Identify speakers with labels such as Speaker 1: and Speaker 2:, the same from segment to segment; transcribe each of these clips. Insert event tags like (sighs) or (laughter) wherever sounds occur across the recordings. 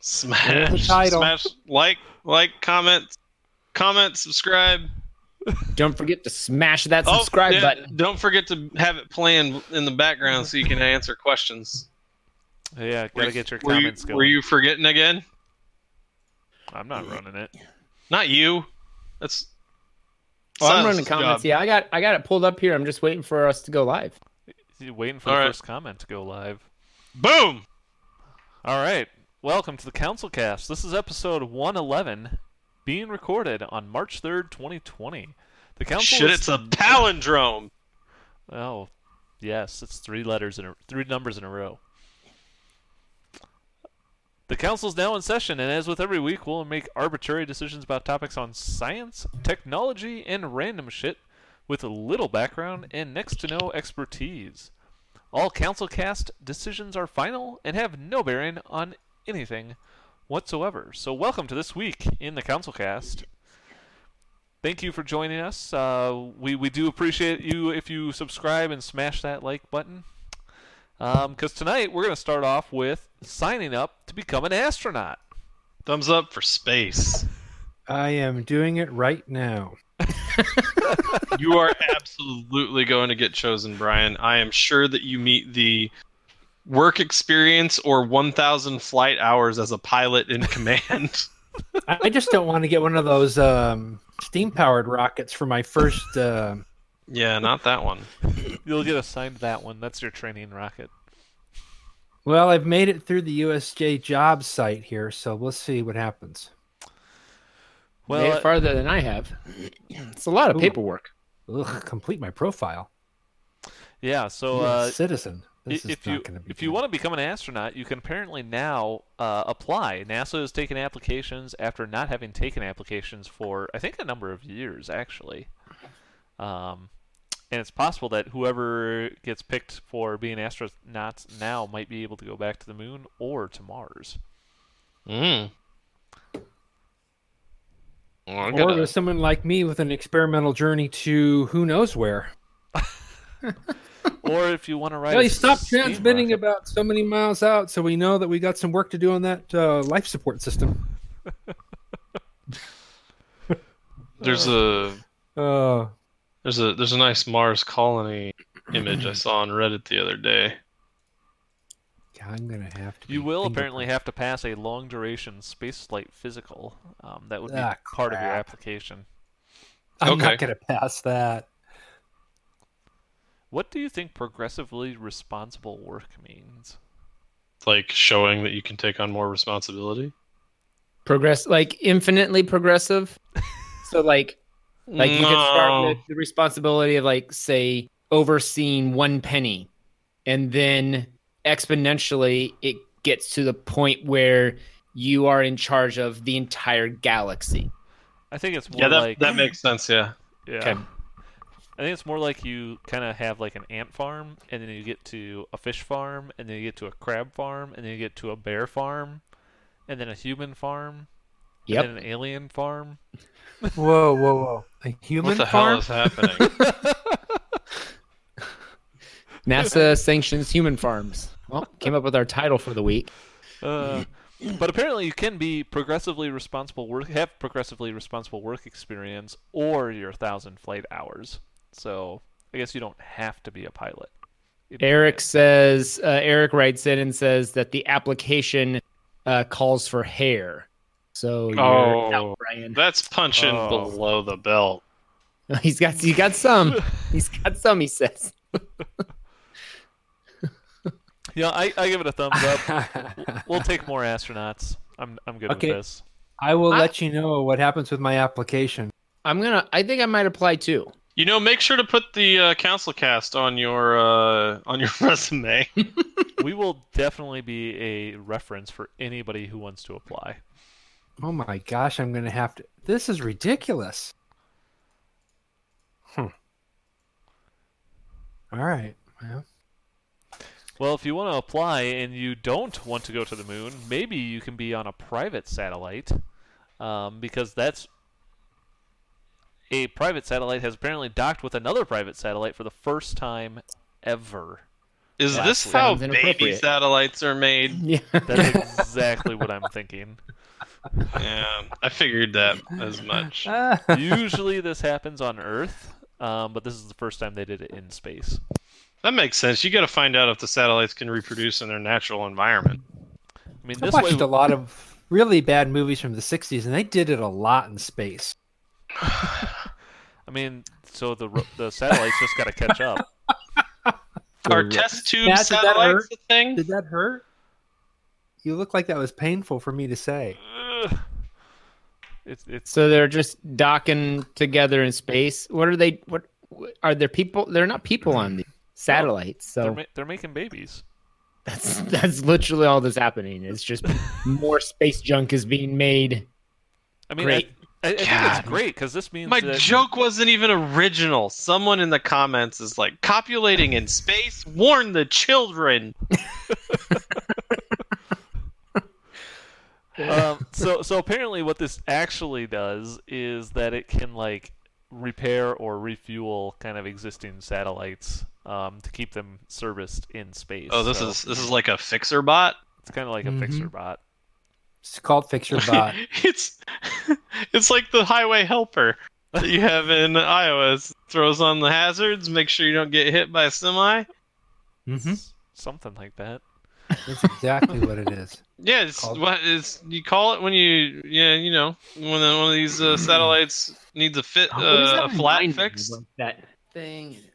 Speaker 1: Smash
Speaker 2: the title.
Speaker 1: Smash like, like, comment, comment, subscribe.
Speaker 3: Don't forget to smash that
Speaker 1: Oh,
Speaker 3: subscribe
Speaker 1: yeah,
Speaker 3: button.
Speaker 1: Don't forget to have it playing in the background so you can answer questions.
Speaker 2: Yeah, gotta get your
Speaker 1: Were you-
Speaker 2: comments going.
Speaker 1: Were you forgetting again?
Speaker 2: I'm not running it.
Speaker 1: Not you. That's.
Speaker 3: Oh, I'm
Speaker 1: Silas'
Speaker 3: running comments.
Speaker 1: job.
Speaker 3: Yeah, I got I got it pulled up here. I'm just waiting for us to go live.
Speaker 2: You waiting for
Speaker 1: All
Speaker 2: the
Speaker 1: right.
Speaker 2: first comment to go live.
Speaker 1: Boom.
Speaker 2: All right. Welcome to the Council Cast. This is episode 111, being recorded on March 3rd, 2020. The council
Speaker 1: Shit,
Speaker 2: is-
Speaker 1: it's a palindrome.
Speaker 2: Oh, yes, it's three letters in a, three numbers in a row. The council's now in session, and as with every week, we'll make arbitrary decisions about topics on science, technology, and random shit, with little background and next to no expertise. All council cast decisions are final and have no bearing on anything whatsoever. So, welcome to this week in the council cast. Thank you for joining us. Uh, we, we do appreciate you if you subscribe and smash that like button. Because tonight we're going to start off with signing up to become an astronaut.
Speaker 1: Thumbs up for space.
Speaker 4: I am doing it right now.
Speaker 1: You are absolutely going to get chosen, Brian. I am sure that you meet the work experience or 1,000 flight hours as a pilot in command. (laughs)
Speaker 4: I I just don't want to get one of those um, steam powered rockets for my first. Uh,
Speaker 1: yeah, not that one.
Speaker 2: You'll get assigned that one. That's your training rocket.
Speaker 4: well, I've made it through the USJ job site here, so we'll see what happens.
Speaker 3: Well,
Speaker 1: uh,
Speaker 2: Well,
Speaker 3: farther than I have. It's a lot of
Speaker 4: Ooh.
Speaker 3: paperwork.
Speaker 4: Ugh, complete my profile.
Speaker 2: yeah, so
Speaker 4: You're a
Speaker 2: uh,
Speaker 4: citizen. This
Speaker 2: I-
Speaker 4: is
Speaker 2: if
Speaker 4: not
Speaker 2: you
Speaker 4: going to be.
Speaker 2: if you
Speaker 4: good.
Speaker 2: want to become an astronaut, you can apparently now uh, apply. NASA has taken applications after not having taken applications for I think a number of years actually, um, and it's possible that whoever gets picked for being astronauts now might be able to go back to the moon or to Mars.
Speaker 1: Mm. Well, I
Speaker 4: or
Speaker 1: gotta-
Speaker 3: uh,
Speaker 4: with someone like me with an experimental journey to who knows where.
Speaker 2: or if you want to write,
Speaker 4: Well,
Speaker 2: a
Speaker 4: you stop
Speaker 2: steam
Speaker 4: transmitting
Speaker 2: rocket-
Speaker 4: about so many miles out, so we know that we got some work to do on that uh, life support system.
Speaker 1: there's a
Speaker 4: Uh,
Speaker 1: there's a there's a nice Mars colony image I saw on Reddit the other day.
Speaker 4: yeah, I'm going to have to.
Speaker 2: You
Speaker 4: be
Speaker 2: will
Speaker 4: finger-
Speaker 2: apparently have to pass a long duration spaceflight physical. Um, that would be
Speaker 4: Ah,
Speaker 2: part of your
Speaker 4: crap.
Speaker 2: application.
Speaker 4: I'm
Speaker 1: Okay.
Speaker 4: not going to pass that.
Speaker 2: What do you think progressively responsible work means?
Speaker 1: Like showing that you can take on more responsibility.
Speaker 3: Progress like infinitely
Speaker 4: (laughs)
Speaker 3: progressive. so like like you could start with the responsibility of like say overseeing one penny and then exponentially it gets to the point where you are in charge of the entire galaxy.
Speaker 2: I think it's more
Speaker 1: yeah, that,
Speaker 2: like
Speaker 1: that makes sense. Yeah,
Speaker 2: yeah.
Speaker 3: Okay.
Speaker 2: I think it's more like you kind of have like an ant farm, and then you get to a fish farm, and then you get to a crab farm, and then you get to a bear farm, and then a human farm,
Speaker 3: Yep.
Speaker 2: and then an alien farm.
Speaker 4: Whoa, whoa, whoa! A human
Speaker 1: what the hell
Speaker 4: farm?
Speaker 1: is happening?
Speaker 4: (laughs)
Speaker 3: NASA sanctions human farms. Well, came up with our title for the week.
Speaker 2: Uh, but apparently, you can be progressively responsible work, have progressively responsible work experience, or your thousand flight hours. So I guess you don't have to be a pilot.
Speaker 3: Eric says, uh, Eric writes in and says that the application uh, calls for hair. So you're
Speaker 1: Oh.
Speaker 3: out, Brian. (laughs)
Speaker 1: That's punching
Speaker 2: Oh.
Speaker 1: below the belt.
Speaker 3: He's got he got some. He's got some. He says.
Speaker 2: Yeah, I, I give it a thumbs up. We'll- we'll take more astronauts. I'm I'm good
Speaker 4: Okay.
Speaker 2: with this.
Speaker 4: I will
Speaker 3: I-
Speaker 4: let you know what happens with my application.
Speaker 3: I'm gonna. I think I might apply too.
Speaker 1: You know, make sure to put the uh, council cast on your uh, on your (laughs) resume.
Speaker 2: We will definitely be a reference for anybody who wants to apply.
Speaker 4: Oh my gosh, I'm going to have to. This is ridiculous. Hmm. All right. Well,
Speaker 2: Well, if you want to apply and you don't want to go to the moon, maybe you can be on a private satellite, um, because that's a private satellite has apparently docked with another private satellite for the first time ever.
Speaker 1: Is
Speaker 3: Wow,
Speaker 1: this
Speaker 3: sounds
Speaker 1: how baby
Speaker 3: inappropriate.
Speaker 1: satellites are made?
Speaker 3: (laughs) Yeah.
Speaker 2: That's exactly what I'm thinking.
Speaker 1: Yeah, I figured that as
Speaker 4: (laughs)
Speaker 1: much.
Speaker 2: Usually this happens on Earth, um, but this is the first time they did it in space.
Speaker 1: That makes sense. You got to find out if the satellites can reproduce in their natural environment.
Speaker 2: I mean,
Speaker 4: I
Speaker 2: this
Speaker 4: watched
Speaker 2: way
Speaker 4: a lot of really bad movies from the 60s, and they did it a lot in space.
Speaker 2: I mean, so the ro- the satellites just got to catch up.
Speaker 1: Are test tube
Speaker 4: Matt, did that
Speaker 1: satellites
Speaker 4: hurt?
Speaker 1: a thing?
Speaker 4: Did that hurt? You look like that was painful for me to say.
Speaker 2: Ugh. It's it's
Speaker 3: So they're just docking together in space. What are they? What are there people? They're not people on the satellites.
Speaker 2: they're
Speaker 3: So
Speaker 2: ma- they're making babies.
Speaker 3: that's that's literally all that's happening. It's just more space junk is being made.
Speaker 2: I mean,
Speaker 3: Great.
Speaker 2: I, I, I think
Speaker 1: God.
Speaker 2: it's great because this means
Speaker 1: My
Speaker 2: that
Speaker 1: joke wasn't even original. Someone in the comments is like, copulating in space? Warn the children.
Speaker 2: um, so so apparently what this actually does is that it can like repair or refuel kind of existing satellites um, to keep them serviced in space.
Speaker 1: Oh, this
Speaker 2: So
Speaker 1: is this is like a fixer bot.
Speaker 2: it's kind of like a
Speaker 4: Mhm.
Speaker 2: fixer bot.
Speaker 4: It's called Fix Your Bot.
Speaker 1: (laughs) it's it's like the highway helper that you have in Iowa. It throws on the hazards, make sure you don't get hit by a semi.
Speaker 4: mm-hmm.
Speaker 2: S- Something like that.
Speaker 4: That's exactly what it is.
Speaker 1: Yeah, it's
Speaker 4: Called-
Speaker 1: what is you call it when you yeah you know when the, one of these uh, satellites needs a fit uh, a flat fix.
Speaker 3: That thing. and it's-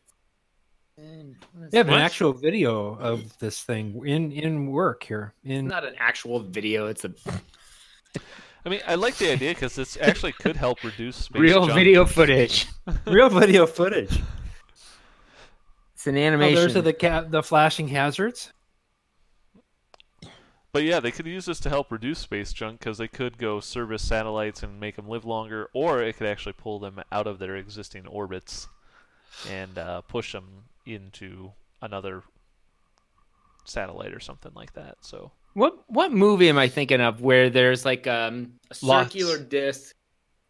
Speaker 3: and
Speaker 4: They have
Speaker 1: What?
Speaker 4: an actual video of this thing in in work here.
Speaker 3: It's
Speaker 4: In
Speaker 3: not an actual video. It's a
Speaker 2: I mean, I like the idea because this actually could
Speaker 3: (laughs)
Speaker 2: help reduce space
Speaker 3: real
Speaker 2: junk.
Speaker 3: video (laughs) footage.
Speaker 4: real video footage.
Speaker 3: It's an
Speaker 4: Oh,
Speaker 3: animation.
Speaker 4: those are the ca- the flashing hazards.
Speaker 2: But yeah, they could use this to help reduce space junk because they could go service satellites and make them live longer, or it could actually pull them out of their existing orbits and uh, push them into another satellite or something like that. So
Speaker 3: What what movie am I thinking of where there's like um, a
Speaker 1: Lots.
Speaker 3: circular disc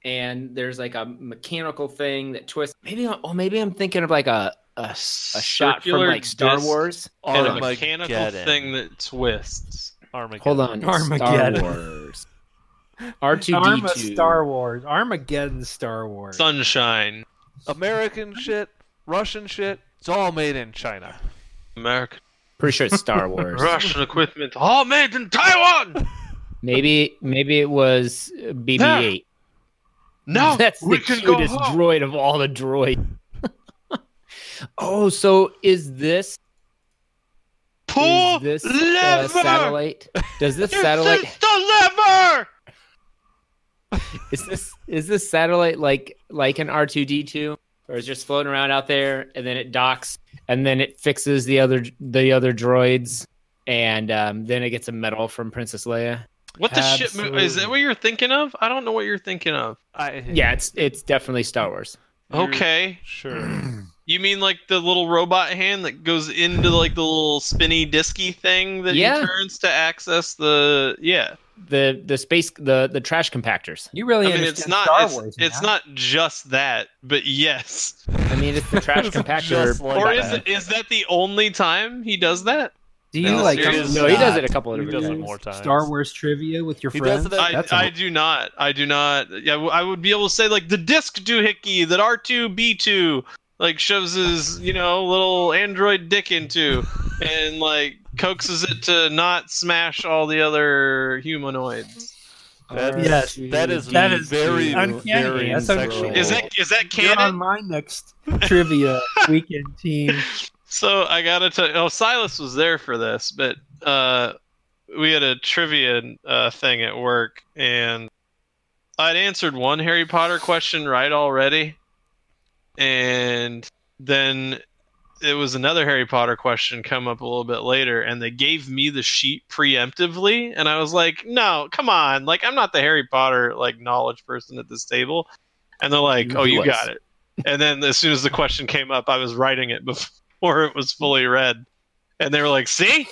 Speaker 3: and there's like a mechanical thing that twists? Maybe I- oh maybe I'm thinking of like a a, a shot from
Speaker 1: Circular
Speaker 3: like Star
Speaker 1: disc
Speaker 3: Wars.
Speaker 1: And
Speaker 3: Hold
Speaker 1: a
Speaker 3: on.
Speaker 1: mechanical
Speaker 2: Armageddon.
Speaker 1: thing that twists.
Speaker 2: Armageddon.
Speaker 3: Hold on,
Speaker 4: Armageddon.
Speaker 3: Star Wars. R two D
Speaker 4: (laughs) Arma
Speaker 3: two.
Speaker 4: Star Wars. Armageddon Star Wars.
Speaker 1: Sunshine,
Speaker 2: American shit, Russian shit. It's all made in China.
Speaker 1: American,
Speaker 3: Pretty sure it's (laughs) Star Wars.
Speaker 1: Russian equipment, all made in Taiwan.
Speaker 3: maybe maybe it was BB eight. (laughs)
Speaker 1: No,
Speaker 3: that's
Speaker 1: we
Speaker 3: the
Speaker 1: can go
Speaker 3: cutest
Speaker 1: home.
Speaker 3: droid of all the droids. (laughs) oh, so is this
Speaker 1: Pull
Speaker 3: Is this uh,
Speaker 1: lever.
Speaker 3: satellite? Does this
Speaker 1: (laughs)
Speaker 3: satellite
Speaker 1: It's the lever.
Speaker 3: is this is this satellite like like an R two D two, or is it just floating around out there, and then it docks, and then it fixes the other the other droids, and um, then it gets a medal from Princess Leia.
Speaker 1: What the shit mo- is that?
Speaker 4: Absolutely.
Speaker 1: What you're thinking of? I don't know what you're thinking of.
Speaker 2: I,
Speaker 3: Yeah, it's it's definitely Star Wars.
Speaker 2: you're-
Speaker 1: Okay,
Speaker 2: Sure.
Speaker 1: you mean like the little robot hand that goes into like the little spinny disky thing that
Speaker 3: Yeah.
Speaker 1: you turns to access the yeah.
Speaker 3: The the space the the trash compactors.
Speaker 4: You really
Speaker 1: I mean,
Speaker 4: understand
Speaker 1: it's not
Speaker 4: Star
Speaker 1: it's,
Speaker 4: Wars.
Speaker 1: it's
Speaker 4: Matt.
Speaker 1: not just that, but yes.
Speaker 3: I mean, it's the
Speaker 1: (laughs)
Speaker 3: trash
Speaker 2: It's
Speaker 3: compactor.
Speaker 2: just like
Speaker 1: or
Speaker 2: Like
Speaker 1: is
Speaker 2: that.
Speaker 1: it, is that the only time he does that?
Speaker 4: Do
Speaker 1: No,
Speaker 4: you like?
Speaker 1: it is
Speaker 3: no, he does
Speaker 4: not
Speaker 3: it a couple of
Speaker 4: do
Speaker 2: He does it
Speaker 3: different times.
Speaker 2: more times.
Speaker 4: Star Wars trivia with your
Speaker 2: He does
Speaker 4: friends.
Speaker 2: it at-
Speaker 1: I,
Speaker 4: That's
Speaker 1: I
Speaker 4: a-
Speaker 1: do not. I do not. Yeah, w- I would be able to say like the disc doohickey that R two B two like shoves his you know little android dick into, and like coaxes it to not smash all the other humanoids.
Speaker 3: Oh,
Speaker 2: That,
Speaker 4: Yes.
Speaker 2: that is
Speaker 4: That is
Speaker 2: very
Speaker 4: uncanny.
Speaker 2: very
Speaker 4: That's
Speaker 2: sexual.
Speaker 4: uncanny.
Speaker 1: Is that is that
Speaker 4: You're on
Speaker 1: canon?
Speaker 4: my next trivia weekend team.
Speaker 1: So I gotta tell. Oh, Silas was there for this, but uh, we had a trivia uh, thing at work, and I'd answered one Harry Potter question right already, and then it was another Harry Potter question come up a little bit later, and they gave me the sheet preemptively, and I was like, "No, come on! Like I'm not the Harry Potter like knowledge person at this table," and they're like,
Speaker 3: You
Speaker 1: "Oh, you
Speaker 3: was.
Speaker 1: got it." And then as soon as the question came up, I was writing it before (laughs) before it was fully read. And they were like, "See,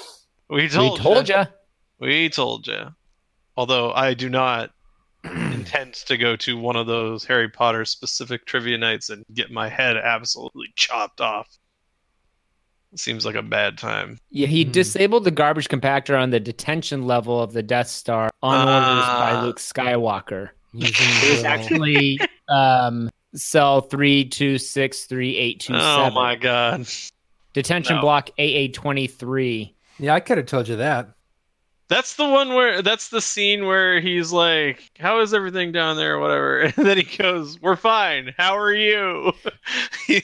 Speaker 1: we told,
Speaker 3: we told
Speaker 1: ya.
Speaker 3: ya.
Speaker 1: we told you." Although I do
Speaker 3: (clears throat)
Speaker 1: not intend to go to one of those Harry Potter specific trivia nights and get my head absolutely chopped off. Seems like a bad time.
Speaker 3: Yeah, he
Speaker 4: Hmm.
Speaker 3: disabled the garbage compactor on the detention level of the Death Star on orders by
Speaker 1: Ah.
Speaker 3: Luke Skywalker.
Speaker 4: Using
Speaker 3: It was
Speaker 4: the-
Speaker 3: actually (laughs) um, cell three two six three eight two seven.
Speaker 1: Oh my god.
Speaker 3: Detention
Speaker 1: No.
Speaker 3: block AA twenty three.
Speaker 4: yeah, I could have told you that.
Speaker 1: That's the one where that's the scene where he's like, "How is everything down there?" or whatever, (laughs) and then he goes, "We're fine. How are you?" (laughs) he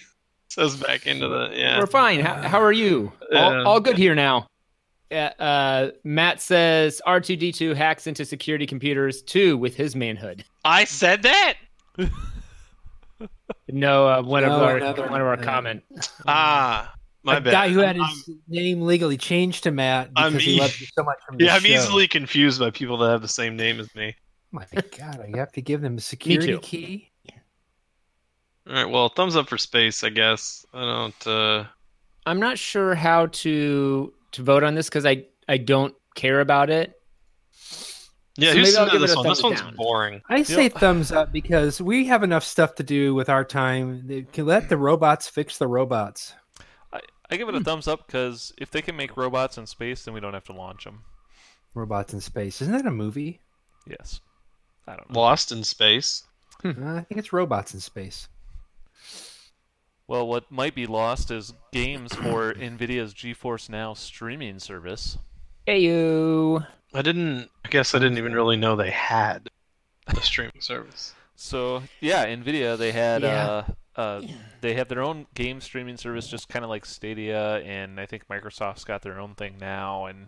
Speaker 1: says back into the yeah.
Speaker 3: We're fine. How, how are you?
Speaker 1: Yeah.
Speaker 3: All, all good here now. Uh, uh, Matt says R2D2 hacks into security computers too with his manhood.
Speaker 1: I said that.
Speaker 3: No, uh, one of
Speaker 4: No,
Speaker 3: our
Speaker 4: another
Speaker 3: one of our
Speaker 4: one.
Speaker 3: comment.
Speaker 1: Ah, my
Speaker 4: a
Speaker 1: bad.
Speaker 4: guy who had
Speaker 1: I'm-
Speaker 4: his name legally changed to Matt because
Speaker 1: I'm
Speaker 4: he
Speaker 1: e-
Speaker 4: loved you so much from
Speaker 1: (laughs)
Speaker 4: the
Speaker 1: yeah, I'm
Speaker 4: show.
Speaker 1: easily confused by people that have the same name as me.
Speaker 4: My God, I have to give them a security key.
Speaker 1: All right, well, thumbs up for space, I guess. I don't. uh
Speaker 3: I'm not sure how to to vote on this because I I don't care about it.
Speaker 1: Yeah,
Speaker 3: So
Speaker 1: who's
Speaker 3: maybe I'll
Speaker 1: into
Speaker 3: give it
Speaker 1: this
Speaker 3: a
Speaker 1: one? This
Speaker 3: thumbs
Speaker 1: one's
Speaker 3: down.
Speaker 1: boring.
Speaker 4: I say thumbs up because we have enough stuff to do with our time. They can let the robots fix the robots.
Speaker 2: I give it a thumbs up because if they can make robots in space, then we don't have to launch them.
Speaker 4: Robots in space. Isn't that a movie?
Speaker 2: Yes. I don't know.
Speaker 1: Lost in space.
Speaker 4: Uh, I think it's robots in space.
Speaker 2: Well, what might be lost is games for NVIDIA's GeForce Now streaming service.
Speaker 3: Hey you.
Speaker 1: I didn't. I guess I didn't even really know they had a streaming service.
Speaker 2: So yeah, NVIDIA they had
Speaker 3: Yeah.
Speaker 2: uh, uh, they have their own game streaming service, just kind of like Stadia, and I think Microsoft's got their own thing now, and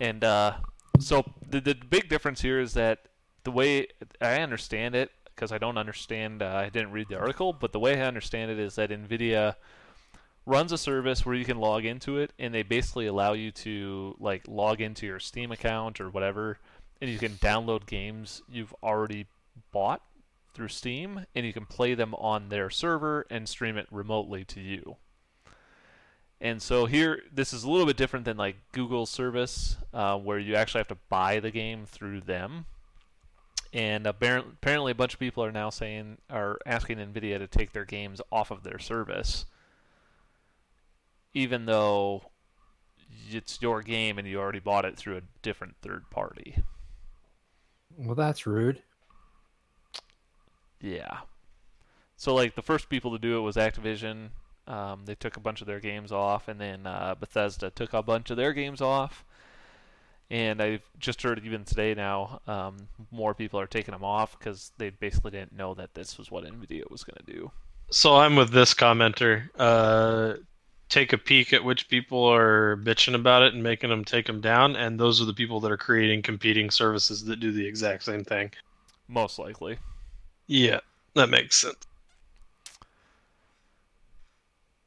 Speaker 2: and uh, so the the big difference here is that the way I understand it, because I don't understand, uh, I didn't read the article, but the way I understand it is that NVIDIA runs a service where you can log into it, and they basically allow you to like log into your Steam account or whatever, and you can download games you've already bought through Steam, and you can play them on their server and stream it remotely to you. And so here, this is a little bit different than like Google's service, uh, where you actually have to buy the game through them. And appar- apparently, a bunch of people are now saying, are asking NVIDIA to take their games off of their service, even though it's your game and you already bought it through a different third party.
Speaker 4: Well, that's rude.
Speaker 2: Yeah. So like the first people to do it was Activision. Um, they took a bunch of their games off, and then uh, Bethesda took a bunch of their games off. And I've just heard even today now, um, more people are taking them off because they basically didn't know that this was what Nvidia was going to do.
Speaker 1: So I'm with this commenter. Uh, take a peek at which people are bitching about it and making them take them down, and those are the people that are creating competing services that do the exact same thing.
Speaker 2: Most likely.
Speaker 1: Yeah, that makes sense.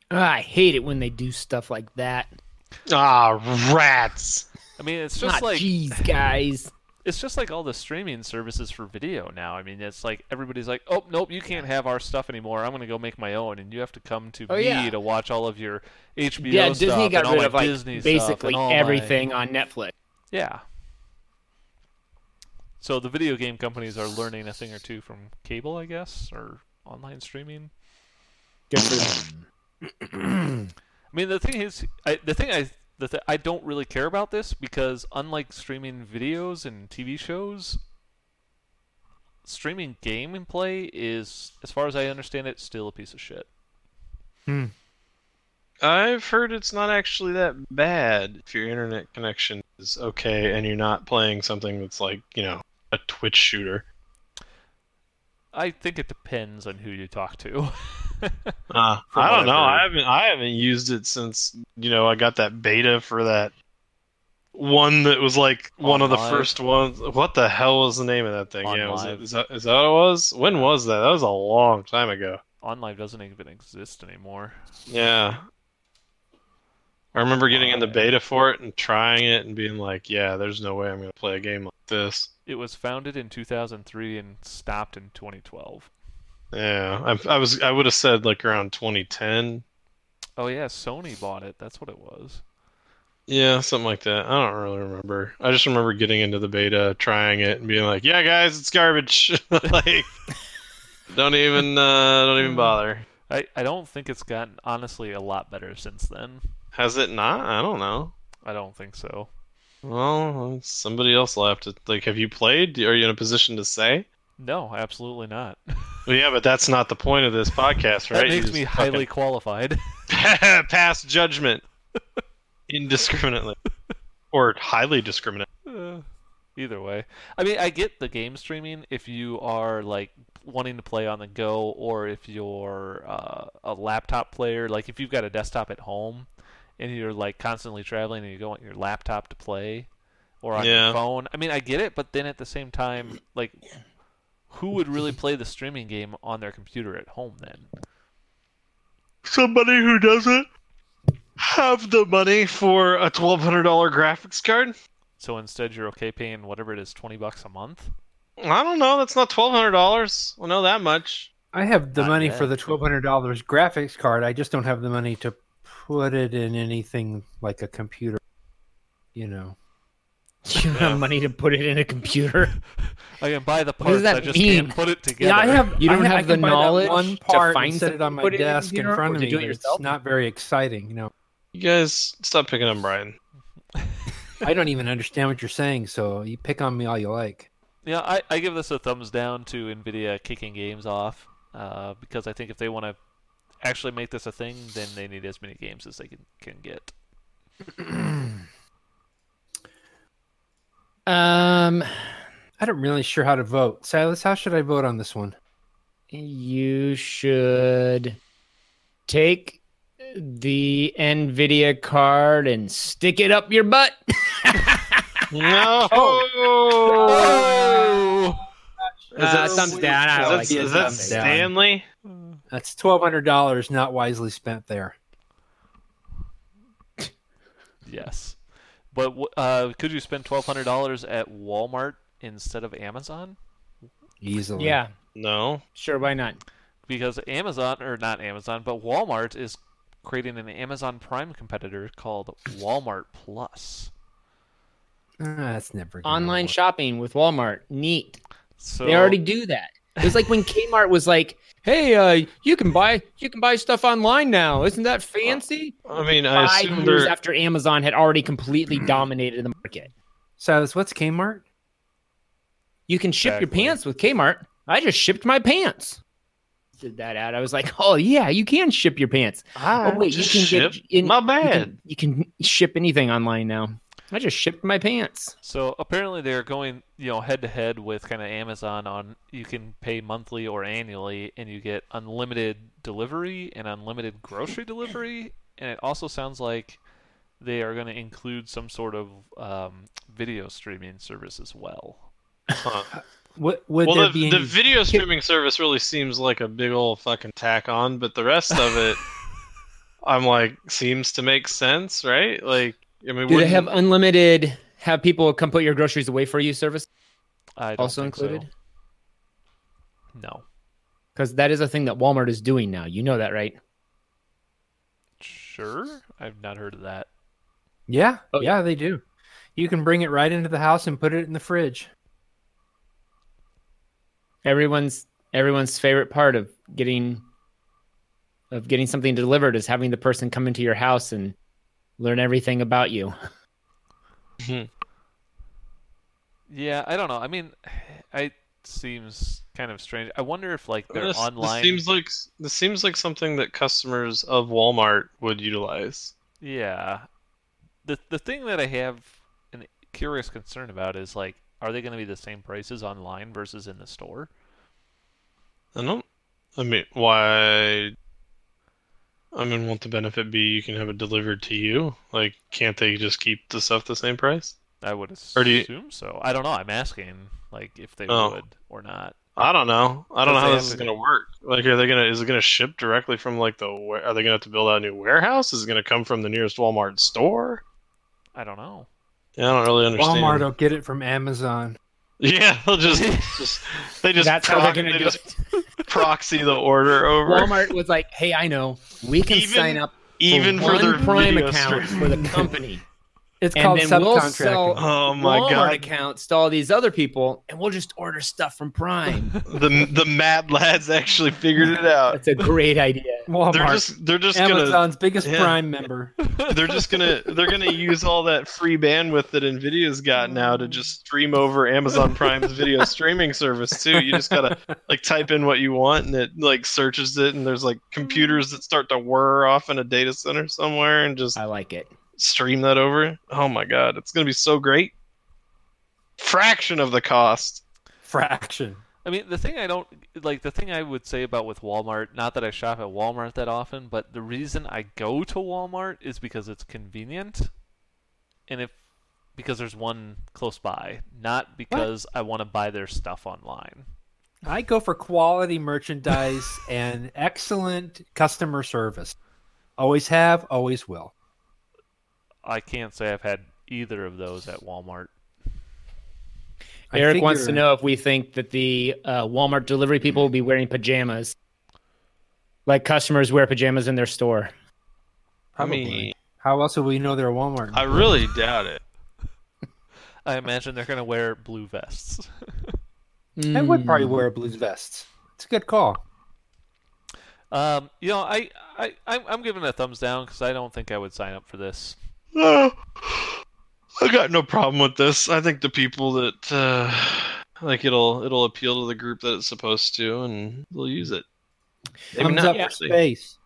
Speaker 3: Ah, I hate it when they do stuff like that.
Speaker 1: Ah, rats.
Speaker 2: I mean, it's just
Speaker 3: ah,
Speaker 2: like
Speaker 3: jeez, guys.
Speaker 2: it's just like all the streaming services for video now. I mean, it's like everybody's like, "Oh, nope, you can't have our stuff anymore. I'm going to go make my own, and you have to come to
Speaker 3: Oh,
Speaker 2: me
Speaker 3: yeah.
Speaker 2: to watch all of your HBO
Speaker 3: yeah,
Speaker 2: stuff
Speaker 3: Disney
Speaker 2: and
Speaker 3: got
Speaker 2: all
Speaker 3: rid
Speaker 2: my
Speaker 3: of like
Speaker 2: Disney stuff and
Speaker 3: basically
Speaker 2: all my-
Speaker 3: everything on Netflix. (laughs)
Speaker 2: Yeah. So the video game companies are learning a thing or two from cable, I guess, or online streaming.
Speaker 3: Good for them.
Speaker 2: I mean, the thing is, I, the thing I the th- I don't really care about this because unlike streaming videos and TV shows, streaming game and play is, as far as I understand it, still a piece of shit.
Speaker 1: I've heard it's not actually that bad if your internet connection is okay and you're not playing something that's like, you know, a Twitch shooter.
Speaker 2: I think it depends on who you talk to. (laughs)
Speaker 1: Uh,
Speaker 2: Ah, From
Speaker 1: I
Speaker 2: what
Speaker 1: don't
Speaker 2: I've
Speaker 1: know. I
Speaker 2: heard.
Speaker 1: haven't I haven't used it since, you know, I got that beta for that one that was like one of the
Speaker 2: OnLive?
Speaker 1: first ones. What the hell was the name of that thing? Yeah, was
Speaker 2: OnLive.
Speaker 1: it, is, that, is that what it was? When was that? That was a long time ago.
Speaker 2: Online doesn't even exist anymore.
Speaker 1: Yeah. I remember getting in the
Speaker 2: Right.
Speaker 1: beta for it and trying it and being like, yeah, there's no way I'm going to play a game like this.
Speaker 2: It was founded in 2003 and stopped in 2012.
Speaker 1: Yeah, I, I was I would have said like around 2010.
Speaker 2: Oh yeah, Sony bought it. That's what it was.
Speaker 1: Yeah, something like that. I don't really remember. I just remember getting into the beta, trying it, and being like, "Yeah, guys, it's garbage. (laughs) like, don't even uh, don't even bother."
Speaker 2: I, I don't think it's gotten honestly a lot better since then.
Speaker 1: Has it not? I don't know.
Speaker 2: I don't think so.
Speaker 1: Well, somebody else will have to. Like, have you played? Are you in a position to say?
Speaker 2: No, absolutely not.
Speaker 1: Well, yeah, but that's not the point of this podcast,
Speaker 2: That
Speaker 1: right? You
Speaker 2: makes
Speaker 1: (laughs)
Speaker 2: me
Speaker 1: just
Speaker 2: highly qualified. (laughs)
Speaker 1: fucking (laughs) pass judgment indiscriminately or highly discriminate.
Speaker 2: Uh, Either way, I mean, I get the game streaming if you are like wanting to play on the go, or if you're uh, a laptop player. Like if you've got a desktop at home and you're like constantly traveling and you go on your laptop to play or on
Speaker 1: Yeah.
Speaker 2: your phone. I mean, I get it, but then at the same time, like, who
Speaker 1: (laughs)
Speaker 2: would really play the streaming game on their computer at home then?
Speaker 1: Somebody who doesn't have the money for a twelve hundred dollar graphics card.
Speaker 2: So instead, you're okay paying whatever it is, twenty bucks a month.
Speaker 1: I don't know. That's not twelve hundred dollars. I know that much.
Speaker 4: I have the
Speaker 2: Not
Speaker 4: money
Speaker 2: bad.
Speaker 4: for the twelve hundred dollars graphics card. I just don't have the money to put it in anything like a computer. You know,
Speaker 3: You have money to put it in a computer. (laughs)
Speaker 2: I can buy the
Speaker 3: does
Speaker 2: parts.
Speaker 4: that
Speaker 2: I just
Speaker 3: mean?
Speaker 2: can't put it together.
Speaker 4: yeah, I have.
Speaker 3: You don't
Speaker 4: I
Speaker 3: have
Speaker 4: I
Speaker 3: the
Speaker 4: can buy that
Speaker 3: knowledge
Speaker 4: one
Speaker 3: to
Speaker 4: part
Speaker 3: find
Speaker 4: and set it on
Speaker 3: something,
Speaker 4: my
Speaker 3: put it in a
Speaker 4: desk in
Speaker 3: computer,
Speaker 4: front
Speaker 3: or
Speaker 4: of
Speaker 3: to
Speaker 4: me.
Speaker 3: do it
Speaker 4: but it's
Speaker 3: yourself?
Speaker 4: not very exciting. You know,
Speaker 1: You guys stop picking on Brian.
Speaker 4: I don't even understand what you're saying. So you pick on me all you like.
Speaker 2: Yeah, I, I give this a thumbs down to Nvidia kicking games off uh, because I think if they want to actually make this a thing, then they need as many games as they can, can get.
Speaker 3: Um,
Speaker 4: I don't really sure how to vote. Silas, how should I vote on this one?
Speaker 3: you should take the Nvidia card and stick it up your butt.
Speaker 1: No. Oh. Is
Speaker 3: Uh,
Speaker 1: that
Speaker 3: thumbs down. I
Speaker 1: Is
Speaker 3: like
Speaker 1: that,
Speaker 3: it.
Speaker 1: is that
Speaker 3: Thumbs down.
Speaker 1: Stanley?
Speaker 4: That's twelve hundred dollars not wisely spent there.
Speaker 2: Yes. But w- uh, could you spend $1,200 at Walmart instead of Amazon?
Speaker 4: Easily.
Speaker 3: yeah,
Speaker 1: No.
Speaker 3: sure. Why not?
Speaker 2: Because Amazon, or not Amazon, but Walmart is creating an Amazon Prime competitor called Walmart Plus.
Speaker 4: Ah, that's never gonna
Speaker 1: Oh.
Speaker 3: Online
Speaker 4: work.
Speaker 3: shopping with Walmart. Neat.
Speaker 2: So
Speaker 3: They already do that. It was like when Kmart was like, "Hey, uh, you can buy you can buy stuff online now. Isn't that fancy?"
Speaker 1: I mean, I assume
Speaker 3: Five years
Speaker 1: they're.
Speaker 3: after Amazon had
Speaker 1: (clears throat)
Speaker 3: already completely dominated the market.
Speaker 4: Silas, what's Kmart?
Speaker 3: You can ship
Speaker 2: Exactly.
Speaker 3: your pants with Kmart. I just shipped my pants. Did that out. I was like, "Oh yeah, you can ship your pants."
Speaker 1: Ah,
Speaker 3: oh wait, you
Speaker 1: just
Speaker 3: can
Speaker 1: ship.
Speaker 3: get in,
Speaker 1: My
Speaker 3: you
Speaker 1: bad.
Speaker 3: can, you can ship anything online now. I just shipped my pants.
Speaker 2: So apparently they're going, you know, head to head with kind of Amazon on you can pay monthly or annually and you get unlimited delivery and unlimited grocery delivery and it also sounds like they are going to include some sort of um, video streaming service as well.
Speaker 4: What would
Speaker 1: well,
Speaker 4: there
Speaker 1: the,
Speaker 4: be?
Speaker 1: the
Speaker 4: any-
Speaker 1: video streaming service really seems like a big old fucking tack on, but the rest of it, I'm like, seems to make sense, right? Like, I mean,
Speaker 3: Do they
Speaker 1: wouldn't-
Speaker 3: have unlimited? Have people come put your groceries away for you? Service
Speaker 2: I don't
Speaker 3: also
Speaker 2: think so.
Speaker 3: included.
Speaker 2: No.
Speaker 3: Because that is a thing that Walmart is doing now. You know that, right?
Speaker 2: Sure? I've not heard of that.
Speaker 4: yeah,
Speaker 3: Oh,
Speaker 4: yeah, they do. You can bring it right into the house and put it in the fridge.
Speaker 3: Everyone's everyone's favorite part of getting of getting something delivered is having the person come into your house and learn everything about you.
Speaker 2: Yeah, I don't know. I mean, (sighs) it seems kind of strange. I wonder if like their
Speaker 1: this, this
Speaker 2: online
Speaker 1: seems like this seems like something that customers of Walmart would utilize.
Speaker 2: Yeah. The the thing that I have an curious concern about is like are they going to be the same prices online versus in the store?
Speaker 1: I don't. I mean, why? I mean, won't the benefit be you can have it delivered to you? Like, can't they just keep the stuff the same price?
Speaker 2: I would
Speaker 1: Or do you-
Speaker 2: assume so. I don't know. I'm asking like if they
Speaker 1: Oh.
Speaker 2: would or not.
Speaker 1: I don't know. I don't know
Speaker 2: Does
Speaker 1: how
Speaker 2: they
Speaker 1: this
Speaker 2: have
Speaker 1: is
Speaker 2: it-
Speaker 1: gonna work. Like, are they gonna is it gonna ship directly from like the? wa- Are they gonna have to build out a new warehouse? Is it gonna come from the nearest Walmart store?
Speaker 2: I don't know.
Speaker 1: Yeah, I don't really understand.
Speaker 4: Walmart
Speaker 3: um,
Speaker 4: will get it from Amazon.
Speaker 1: (laughs) Yeah, they'll
Speaker 3: (laughs)
Speaker 1: just, just they just
Speaker 3: That's how they're
Speaker 1: proc-
Speaker 3: going to
Speaker 1: they
Speaker 3: do
Speaker 1: just
Speaker 3: it.
Speaker 1: (laughs) proxy the order over.
Speaker 3: Walmart was like, "Hey, I know. We can
Speaker 1: Even
Speaker 3: sign up
Speaker 1: even
Speaker 3: for,
Speaker 1: for
Speaker 3: one
Speaker 1: their
Speaker 3: Prime
Speaker 1: video
Speaker 3: account
Speaker 1: stream.
Speaker 3: for the company,
Speaker 4: It's
Speaker 3: And
Speaker 4: called
Speaker 3: then we'll
Speaker 4: subcontracting.
Speaker 1: (laughs)
Speaker 3: sell-
Speaker 1: Oh my
Speaker 3: Walmart
Speaker 1: god,
Speaker 3: accounts to all these other people, and we'll just
Speaker 1: (laughs)
Speaker 3: order stuff from Prime."
Speaker 1: the the Mad Lads actually figured it out.
Speaker 3: That's a great idea.
Speaker 4: Walmart.
Speaker 1: They're just they're just gonna
Speaker 4: Amazon's biggest
Speaker 1: yeah.
Speaker 4: Prime member.
Speaker 1: they're just gonna they're gonna use all that free bandwidth that nvidia's got now to just stream over amazon prime's video streaming service too you just gotta like type in what you want and it like searches it and there's like computers that start to whir off in a data center somewhere and just
Speaker 3: I like it.
Speaker 1: stream that over oh my god it's gonna be so great fraction of the cost
Speaker 4: Fraction.
Speaker 2: I mean, the thing I don't like, the thing I would say about with Walmart, not that I shop at Walmart that often, but the reason I go to Walmart is because it's convenient, and if because there's one close by, not because I want to buy their stuff online.
Speaker 4: I go for quality merchandise and excellent customer service. Always have, always will.
Speaker 2: I can't say I've had either of those at Walmart.
Speaker 4: I
Speaker 3: Eric wants to
Speaker 4: figure-
Speaker 3: know if we think that the uh, Walmart delivery people will be wearing pajamas, like customers wear pajamas in their store.
Speaker 1: i mean
Speaker 4: How else would we know they're a Walmart?
Speaker 1: i really doubt it
Speaker 2: I imagine they're gonna wear blue vests.
Speaker 4: I would
Speaker 3: Hmm.
Speaker 4: probably wear a blue vest. It's a good call.
Speaker 2: (laughs) Um, you know, I, I, I'm, I'm giving it a thumbs down because I don't think I would sign up for this.
Speaker 1: (sighs) Oh, I got no problem with this. I think the people that uh, like it'll it'll appeal to the group that it's supposed to, and they'll use it. Maybe
Speaker 4: Thumbs
Speaker 1: not
Speaker 4: up for
Speaker 1: actually.
Speaker 4: space.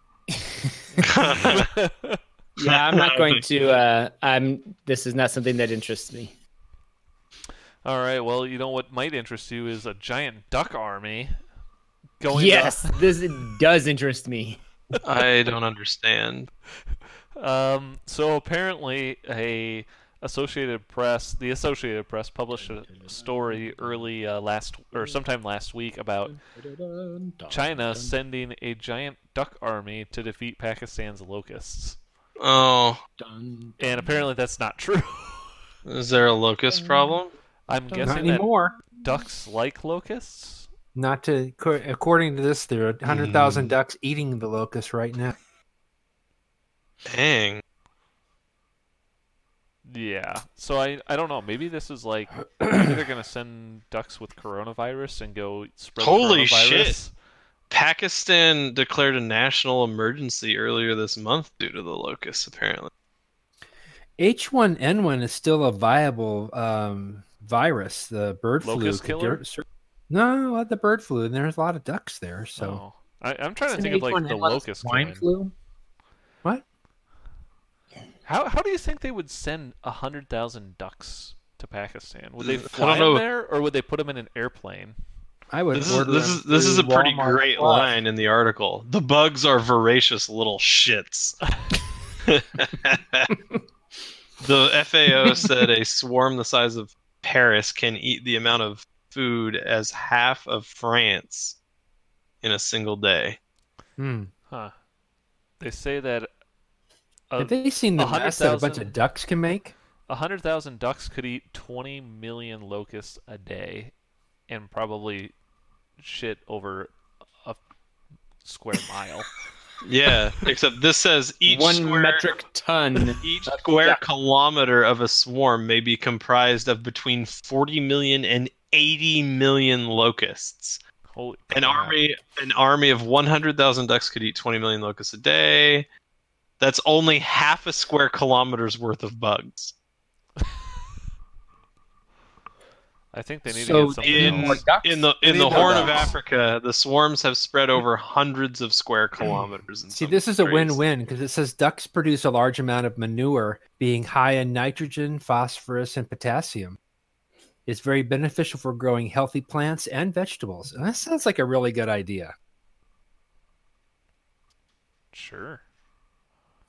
Speaker 3: Yeah, I'm not going to. Uh, I'm. This is not something that interests me.
Speaker 2: All right. Well, you know what might interest you is a giant duck army going. to-
Speaker 3: Yes, this does interest me.
Speaker 1: (laughs) I don't understand.
Speaker 2: um. So apparently, a Associated Press, the Associated Press published a story early uh, last or sometime last week about China sending a giant duck army to defeat Pakistan's locusts,
Speaker 1: Oh,
Speaker 4: Mm-hmm.
Speaker 2: and apparently that's not true. (laughs)
Speaker 1: is there a locust problem?
Speaker 2: I'm
Speaker 4: Not
Speaker 2: guessing that
Speaker 4: anymore.
Speaker 2: ducks like locusts.
Speaker 4: Not to, co- according to this, there are 100,000 ducks eating the locust right now.
Speaker 1: Dang.
Speaker 2: Yeah. So I I don't know. Maybe this is like maybe they're gonna send ducks with coronavirus and go spread the
Speaker 1: Holy
Speaker 2: coronavirus.
Speaker 1: Pakistan declared a national emergency earlier this month due to the locusts, apparently.
Speaker 4: H1N1 is still a viable um, virus. The bird
Speaker 2: Locust
Speaker 4: flu.
Speaker 2: killer?
Speaker 4: There- No, not the bird flu. And there's a lot of ducks there.
Speaker 2: Oh.
Speaker 4: So
Speaker 2: I, I'm trying to think of like the locust.
Speaker 3: swine
Speaker 2: killing.
Speaker 3: flu.
Speaker 2: How how do you think they would send hundred thousand ducks to Pakistan? Would they
Speaker 1: don't
Speaker 2: fly
Speaker 1: know.
Speaker 2: them there, or would they put them in an airplane?
Speaker 4: I would.
Speaker 1: This is
Speaker 4: order
Speaker 1: this
Speaker 4: them
Speaker 1: is this is a
Speaker 4: through
Speaker 1: pretty
Speaker 4: Walmart
Speaker 1: great
Speaker 4: Plus.
Speaker 1: line in the article. The bugs are voracious little
Speaker 4: (laughs)
Speaker 1: shits. the FAO said a swarm the size of Paris can eat the amount of food as half of France in a single day.
Speaker 4: Hmm.
Speaker 2: Huh? They say that
Speaker 4: Have they seen the mess that a bunch
Speaker 2: 100,000
Speaker 4: of ducks can make?
Speaker 2: hundred thousand ducks could eat twenty million locusts a day, and probably shit over a square mile.
Speaker 1: Yeah, except this says each
Speaker 3: One
Speaker 1: square,
Speaker 3: metric ton.
Speaker 1: each square kilometer of a swarm may be comprised of between 40 million and 80 million locusts.
Speaker 2: Holy
Speaker 1: An
Speaker 2: crap.
Speaker 1: army, an army of 100,000 ducks could eat 20 million locusts a day. That's only half a square kilometer's worth of bugs.
Speaker 2: I think they need to
Speaker 3: So
Speaker 2: get something
Speaker 1: In
Speaker 2: else.
Speaker 1: in the in
Speaker 4: They
Speaker 1: the
Speaker 4: need
Speaker 1: Horn
Speaker 4: more
Speaker 1: of
Speaker 4: ducks.
Speaker 1: Africa, the swarms have spread over hundreds of square kilometers. in
Speaker 4: See,
Speaker 1: some
Speaker 4: this is a
Speaker 1: areas.
Speaker 4: win-win because it says ducks produce a large amount of manure, being high in nitrogen, phosphorus, and potassium. It's very beneficial for growing healthy plants and vegetables. And that sounds like a really good idea.
Speaker 2: Sure.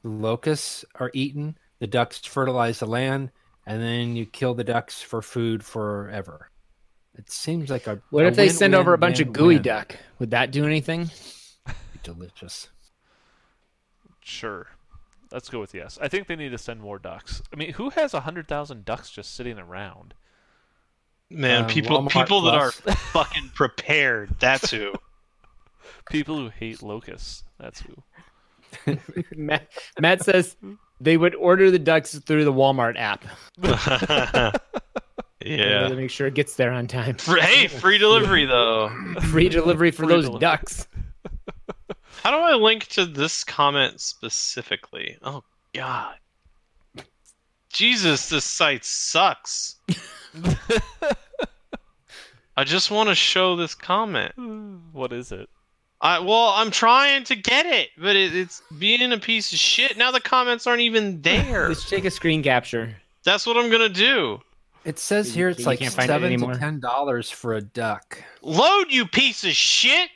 Speaker 4: The locusts are eaten, the ducks fertilize the land, and then you kill the ducks for food forever. It seems like a
Speaker 3: What
Speaker 4: a
Speaker 3: if they send over a
Speaker 4: win-win,
Speaker 3: bunch of gooey
Speaker 4: win-win.
Speaker 3: duck? Would that do anything? (laughs)
Speaker 4: Delicious.
Speaker 2: Sure. Let's go with yes. I think they need to send more ducks. I mean, who has 100,000 ducks just sitting around?
Speaker 1: Man,
Speaker 4: Uh,
Speaker 1: people
Speaker 4: Walmart
Speaker 1: people
Speaker 4: Plus. (laughs)
Speaker 1: that are fucking prepared. That's who. (laughs)
Speaker 2: People who hate locusts. That's who.
Speaker 3: Matt, Matt says they would order the ducks through the Walmart app.
Speaker 1: yeah.
Speaker 3: to make sure it gets there on time. (laughs)
Speaker 1: Fr- Hey, free delivery though.
Speaker 3: Free delivery for
Speaker 2: Free
Speaker 3: those
Speaker 2: delivery.
Speaker 3: ducks.
Speaker 1: How do I link to this comment specifically? Oh God, Jesus, this site
Speaker 3: (laughs)
Speaker 1: sucks. I just want to show this comment.
Speaker 2: What is it?
Speaker 1: I well, I'm trying to get it, but it, it's being a piece of shit. Now the comments aren't even
Speaker 3: (laughs)
Speaker 1: there.
Speaker 3: Let's take a screen capture.
Speaker 1: That's what I'm gonna do.
Speaker 4: It says here it's
Speaker 3: You
Speaker 4: like
Speaker 3: can't find it
Speaker 4: seven
Speaker 3: anymore.
Speaker 4: to ten dollars for a duck.
Speaker 1: Load you piece of shit.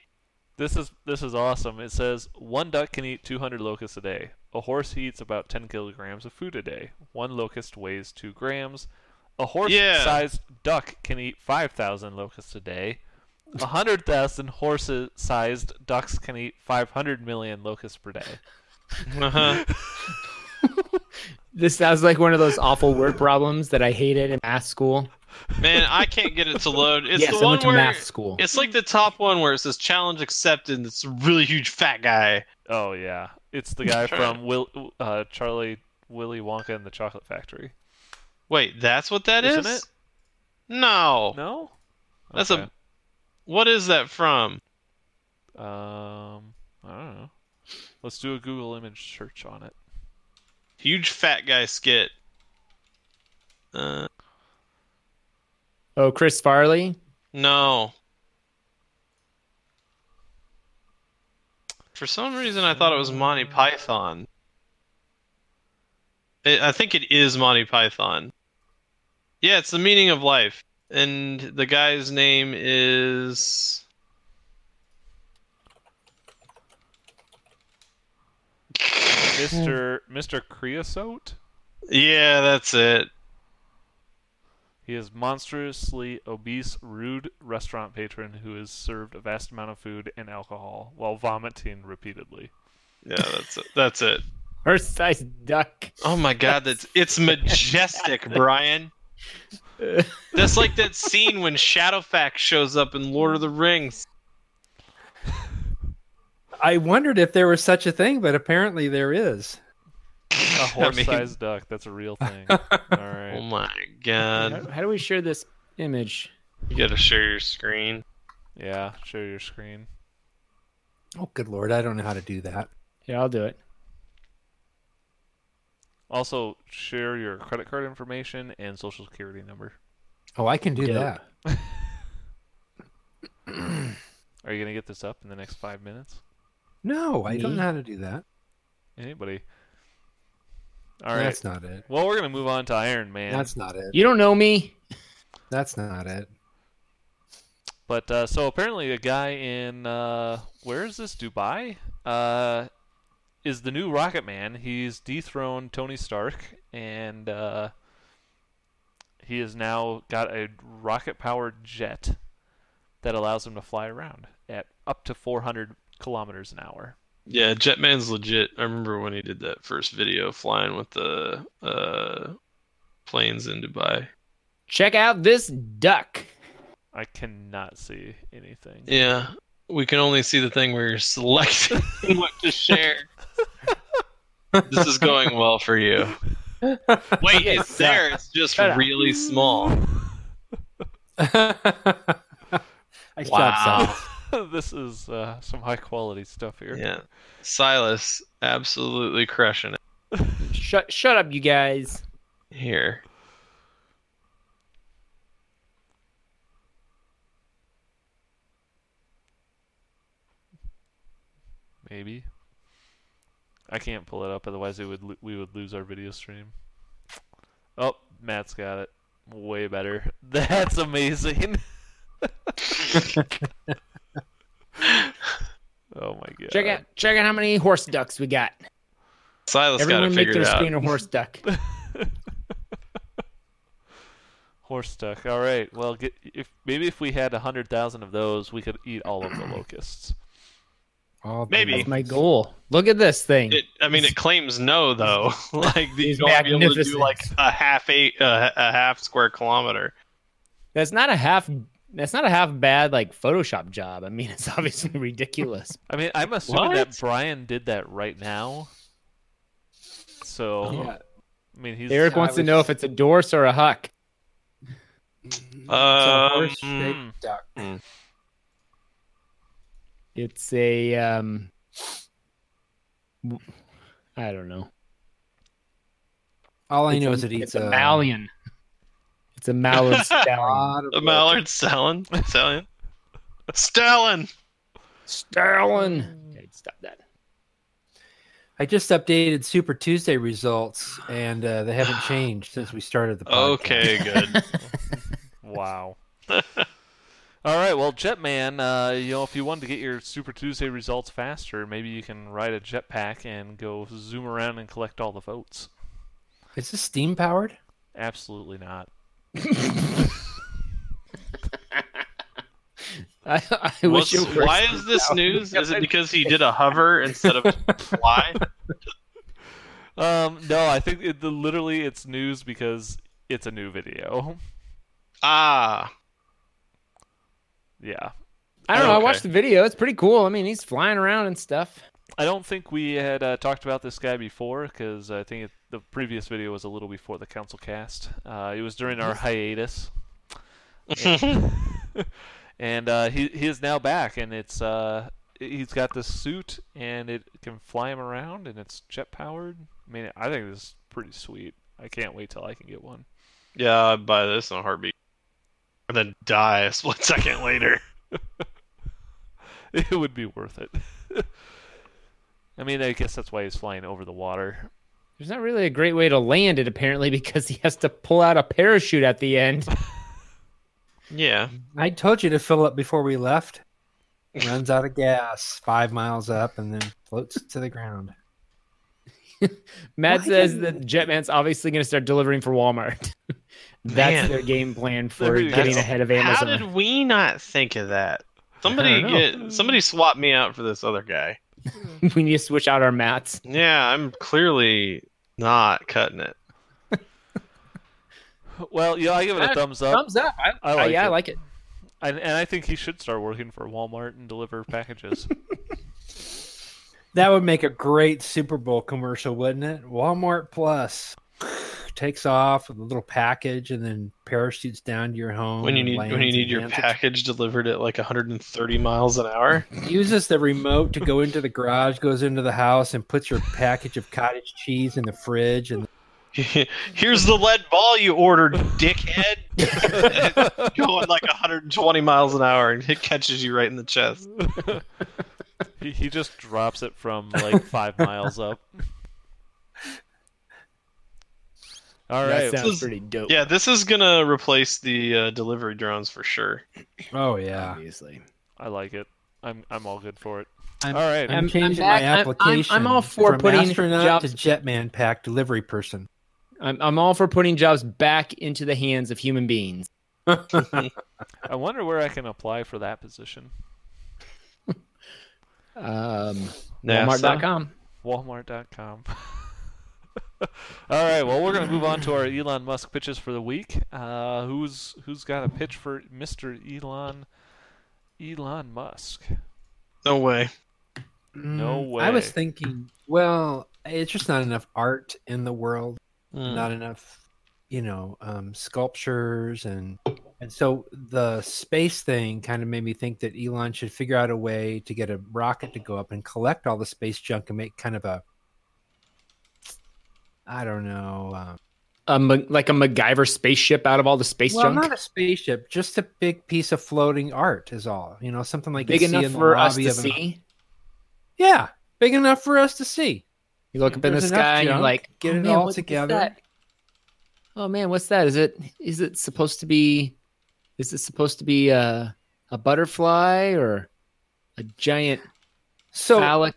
Speaker 2: This is this is awesome. It says one duck can eat 200 locusts a day. A horse eats about 10 kilograms of food a day. One locust weighs 2 grams. A horse-sized duck can eat 5,000 locusts a day. A 100,000 horse-sized ducks can eat 500 million locusts per day.
Speaker 1: Uh-huh.
Speaker 3: This sounds like one of those awful word problems that I hated in math school.
Speaker 1: Man, I can't get it to load. It's
Speaker 3: yes,
Speaker 1: the
Speaker 3: I
Speaker 1: one
Speaker 3: went to
Speaker 1: where
Speaker 3: math school.
Speaker 1: it's like the top one where it says challenge accepted. and It's a really huge fat guy.
Speaker 2: Oh yeah, it's the
Speaker 1: (laughs)
Speaker 2: guy from Will, uh, Charlie Willy Wonka and the Chocolate Factory.
Speaker 1: Wait, that's what that
Speaker 2: Isn't
Speaker 1: is?
Speaker 2: it?
Speaker 1: No.
Speaker 2: No,
Speaker 1: That's a- What is that from?
Speaker 2: a. Um, I don't know. Let's do a Google image search on it.
Speaker 1: Huge fat guy skit. Uh,
Speaker 3: Oh, Chris Farley.
Speaker 1: no. For some reason, I thought it was Monty Python. It, I think it is Monty Python. Yeah, it's the meaning of life, and the guy's name is. (laughs)
Speaker 2: Mister Mister Creosote.
Speaker 1: Yeah, that's it.
Speaker 2: He is monstrously obese, rude restaurant patron who is served a vast amount of food and alcohol while vomiting repeatedly.
Speaker 1: Yeah, that's it. That's it.
Speaker 3: Horse sized
Speaker 1: (laughs)
Speaker 3: duck.
Speaker 1: Oh my god, that's it's majestic, Brian. That's like that scene when Shadowfax shows up in Lord of the Rings.
Speaker 4: I wondered if there was such a thing, but apparently there is.
Speaker 2: A
Speaker 1: (laughs) I mean-
Speaker 2: horse-sized duck. That's a
Speaker 1: (laughs)
Speaker 2: real thing. All
Speaker 1: Oh
Speaker 2: right.
Speaker 1: my
Speaker 3: How,
Speaker 1: god.
Speaker 3: how do we share this image?
Speaker 1: You gotta share your screen.
Speaker 2: Yeah. Share your screen.
Speaker 4: Oh, good lord, I don't know how to do that.
Speaker 3: Yeah, I'll do it.
Speaker 2: Also, share your credit card information and social security number.
Speaker 4: Oh, I can do
Speaker 3: Yeah.
Speaker 4: that.
Speaker 2: Are you gonna get this up in the next five minutes?
Speaker 4: No, I don't
Speaker 3: Me?
Speaker 4: know how to do that.
Speaker 2: Anybody? All right.
Speaker 4: That's not it.
Speaker 2: Well, we're gonna move on to Iron Man.
Speaker 4: That's not it.
Speaker 3: You don't know me.
Speaker 4: That's not it.
Speaker 2: But uh, so apparently, a guy in uh, where is this Dubai? Uh, is the new Rocket Man? He's dethroned Tony Stark, and uh, he has now got a rocket-powered jet that allows him to fly around at up to 400 kilometers an hour.
Speaker 1: Yeah, Jetman's legit. I remember when he did that first video flying with the uh, planes in Dubai.
Speaker 3: Check out this duck.
Speaker 2: I cannot see anything.
Speaker 1: Yeah. We can only see the thing where you're (laughs) selecting what to share. this is going well for you. Wait, it's there. It's just
Speaker 3: Shut up.
Speaker 1: really small.
Speaker 4: (laughs) I thought so.
Speaker 2: (laughs) this is uh, some high quality stuff here.
Speaker 1: Yeah. Silas absolutely crushing it
Speaker 3: Shut shut up, you guys.
Speaker 1: here.
Speaker 2: Maybe. I can't pull it up, otherwise it would lo- we would lose our video stream. Oh, Matt's got it. Way better. (laughs) That's amazing. oh my god.
Speaker 3: Check out check out how many horse ducks we got.
Speaker 1: Silas got
Speaker 3: Everyone
Speaker 1: to
Speaker 3: make
Speaker 1: figure
Speaker 3: their
Speaker 1: it out.
Speaker 3: screen a
Speaker 1: (laughs)
Speaker 3: horse duck.
Speaker 2: Horse stuck. All right. Well, get, if maybe if we had a hundred thousand of those, we could eat all of the locusts.
Speaker 4: All
Speaker 1: Maybe.
Speaker 3: That's my goal. Look at this thing.
Speaker 1: It, I mean, it claims no though.
Speaker 3: (laughs)
Speaker 1: (laughs) like you
Speaker 3: He's
Speaker 1: don't be able to do
Speaker 3: magnificent.
Speaker 1: like a half eight, uh, a half square kilometer.
Speaker 3: That's not a half. That's not a half bad like Photoshop job. I mean, (laughs) it's obviously
Speaker 4: (laughs)
Speaker 3: ridiculous.
Speaker 2: I mean, I'm assuming that
Speaker 1: What?
Speaker 2: Brian did that right now. So
Speaker 4: Yeah.
Speaker 2: I mean, he's
Speaker 3: Eric
Speaker 4: I
Speaker 3: wants to
Speaker 4: was-
Speaker 3: know if it's a Dorse or a Huck.
Speaker 1: Um,
Speaker 4: It's a horse-shaped duck.
Speaker 3: It's a um, I don't know.
Speaker 4: All I
Speaker 3: It's
Speaker 4: know
Speaker 3: a-
Speaker 4: is it eats
Speaker 3: it's a
Speaker 4: uh,
Speaker 3: Malian. It's a
Speaker 4: (laughs)
Speaker 3: Mallard stallion.
Speaker 4: lot of
Speaker 1: A
Speaker 4: work.
Speaker 1: mallard stallion. Stallion. Stallion.
Speaker 3: Stallion. Okay, stop that.
Speaker 4: I just updated Super Tuesday results, and uh, they haven't changed since we started the podcast.
Speaker 1: Okay, good.
Speaker 2: Wow. (laughs) All right, well, Jetman, uh, you know, if you wanted to get your Super Tuesday results faster, maybe you can ride a jetpack and go zoom around and collect all the votes.
Speaker 4: Is this steam powered?
Speaker 2: Absolutely not.
Speaker 3: I, (laughs) (laughs) I
Speaker 1: What's-
Speaker 3: wish you were.
Speaker 1: why is this news? Is
Speaker 3: (laughs)
Speaker 1: it because he did a hover instead of fly?
Speaker 2: Um, no, I think it, the, literally it's news because it's a new video. (laughs)
Speaker 1: Ah,
Speaker 2: yeah,
Speaker 3: I don't know. I
Speaker 1: Okay.
Speaker 3: watched the video. It's pretty cool. I mean, he's flying around and stuff.
Speaker 2: I don't think we had uh, talked about this guy before because I think it, the previous video was a little before the council cast. Uh, it was during
Speaker 3: (laughs)
Speaker 2: our hiatus, (laughs) and uh, he he is now back, and it's uh, he's got this suit and it can fly him around, and it's jet powered. I mean, I think this is pretty sweet. I can't wait till I can get one. (laughs)
Speaker 1: yeah. I'd buy this in a heartbeat, and then die a split second later.
Speaker 2: It would be worth it. (laughs) I mean, I guess that's why he's flying over the water.
Speaker 3: There's not really a great way to land it, apparently, (laughs) because he has to pull out a parachute at the end.
Speaker 1: Yeah.
Speaker 4: I told you to fill up before we left. Runs out of gas five miles up and then floats to the ground.
Speaker 3: Matt
Speaker 4: Why
Speaker 3: says that
Speaker 4: didn't-
Speaker 3: Jetman's obviously going to start delivering for Walmart. (laughs) That's
Speaker 1: Man.
Speaker 3: their game plan for
Speaker 2: Literally,
Speaker 3: getting
Speaker 2: that's-
Speaker 3: ahead of
Speaker 1: How
Speaker 3: Amazon.
Speaker 1: did we not think of that? Somebody
Speaker 3: don't know.
Speaker 1: get somebody swap me out for this other guy.
Speaker 3: (laughs) we need to switch out our mats.
Speaker 1: Yeah, I'm clearly not cutting it.
Speaker 2: Well, yeah, I give it a
Speaker 3: That-
Speaker 2: thumbs up.
Speaker 3: Thumbs up. I,
Speaker 4: Oh,
Speaker 2: I like
Speaker 3: Uh, yeah, I
Speaker 2: it.
Speaker 3: like it.
Speaker 2: And, and I think he should start working for Walmart and deliver packages.
Speaker 4: That would make a great Super Bowl commercial, wouldn't it? Walmart Plus takes off with a little package and then parachutes down to your home.
Speaker 3: Mm,
Speaker 1: When you
Speaker 4: and
Speaker 1: need
Speaker 4: lands
Speaker 1: when you
Speaker 4: and
Speaker 1: need your
Speaker 4: lands it.
Speaker 1: package delivered at like 130 miles an hour. (laughs)
Speaker 4: uses the remote to go into the garage, goes into the house, and puts your package of cottage cheese in the fridge. And
Speaker 1: Here's the lead ball you ordered, dickhead. (laughs) Going like 120 miles an hour and it catches you right in the chest.
Speaker 2: he, he just drops it from like five miles up. All right.
Speaker 3: that sounds
Speaker 1: This-
Speaker 3: pretty dope.
Speaker 1: Yeah, this is gonna replace the uh, delivery drones for sure.
Speaker 4: oh yeah,
Speaker 3: obviously.
Speaker 2: I like it. I'm I'm all good for it.
Speaker 4: I'm-
Speaker 2: all right.
Speaker 4: I'm
Speaker 3: I'm
Speaker 4: changing
Speaker 3: back.
Speaker 4: my
Speaker 3: I'm- I'm-
Speaker 4: application.
Speaker 3: I'm all for
Speaker 4: from
Speaker 3: putting
Speaker 4: astronaut
Speaker 3: jobs-
Speaker 4: to jetman pack delivery person.
Speaker 3: I'm, I'm all for putting jobs back into the hands of human beings.
Speaker 2: I wonder where I can apply for that position.
Speaker 3: Um,
Speaker 1: NASA?
Speaker 3: Walmart.com.
Speaker 2: Walmart.com. (laughs) all right. Well, we're gonna move on to our Elon Musk pitches for the week. Uh, who's who's got a pitch for Mr. Elon? Elon Musk.
Speaker 1: No way.
Speaker 2: No
Speaker 4: Mm, I
Speaker 2: way.
Speaker 4: was thinking, well, it's just not enough art in the world,
Speaker 3: Hmm. Mm.
Speaker 4: not enough, you know, um, sculptures and and so the space thing kind of made me think that Elon should figure out a way to get a rocket to go up and collect all the space junk and make kind of a I don't know, um,
Speaker 3: A Ma- like a MacGyver spaceship out of all the space
Speaker 4: well,
Speaker 3: junk.
Speaker 4: not a spaceship, just a big piece of floating art is all. You know, something like
Speaker 3: Big
Speaker 4: you see
Speaker 3: enough
Speaker 4: in the
Speaker 3: for us
Speaker 4: lobby
Speaker 3: to
Speaker 4: of an-
Speaker 3: see.
Speaker 4: Yeah, big enough for us to see.
Speaker 3: You look up in the
Speaker 4: There's enough
Speaker 3: sky and you're
Speaker 4: junk.
Speaker 3: like,
Speaker 4: Get
Speaker 3: oh,
Speaker 4: it
Speaker 3: man,
Speaker 4: all
Speaker 3: what is
Speaker 4: together."
Speaker 3: that? Oh man, what's that? Is it is it supposed to be? Is it supposed to be a a butterfly or a giant
Speaker 4: So
Speaker 3: phallic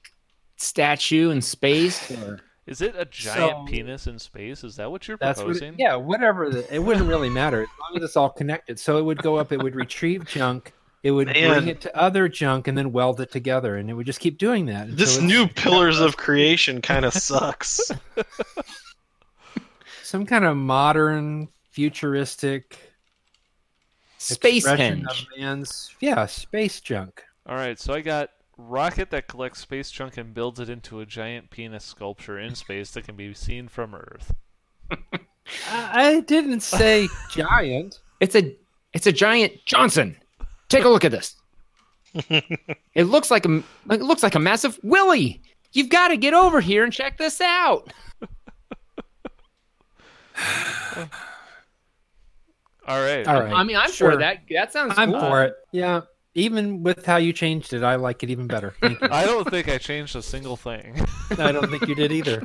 Speaker 3: statue in (sighs) space? Or
Speaker 2: Is it a giant
Speaker 4: So-
Speaker 2: penis in space? Is that what you're
Speaker 4: That's what,
Speaker 2: proposing?
Speaker 4: yeah, whatever. The, it wouldn't really matter as long as it's all connected. So it would go up, it would retrieve junk, it would
Speaker 1: Man.
Speaker 4: bring it to other junk, and then weld it together, and it would just keep doing that. until
Speaker 1: This
Speaker 4: it's
Speaker 1: new pillars of creation kind of sucks.
Speaker 4: some kind of modern, futuristic
Speaker 3: space
Speaker 4: expression
Speaker 3: henge?
Speaker 4: of man's yeah space junk.
Speaker 2: All right, so I got rocket that collects space junk and builds it into a giant penis sculpture in space that can be seen from Earth.
Speaker 4: I, I
Speaker 3: (laughs)
Speaker 4: didn't say giant.
Speaker 3: It's a it's a giant Johnson. Take a look at this. It looks like a it looks like a massive willy. You've got to get over here and check this out.
Speaker 2: All right.
Speaker 4: All right.
Speaker 3: I mean, I'm
Speaker 4: Sure.
Speaker 3: for that. That sounds.
Speaker 4: I'm
Speaker 3: cool.
Speaker 4: for it. Yeah. Even with how you changed it, I like it even better. Thank (laughs) you.
Speaker 2: I don't think I changed a single thing. (laughs)
Speaker 4: I don't think you did either.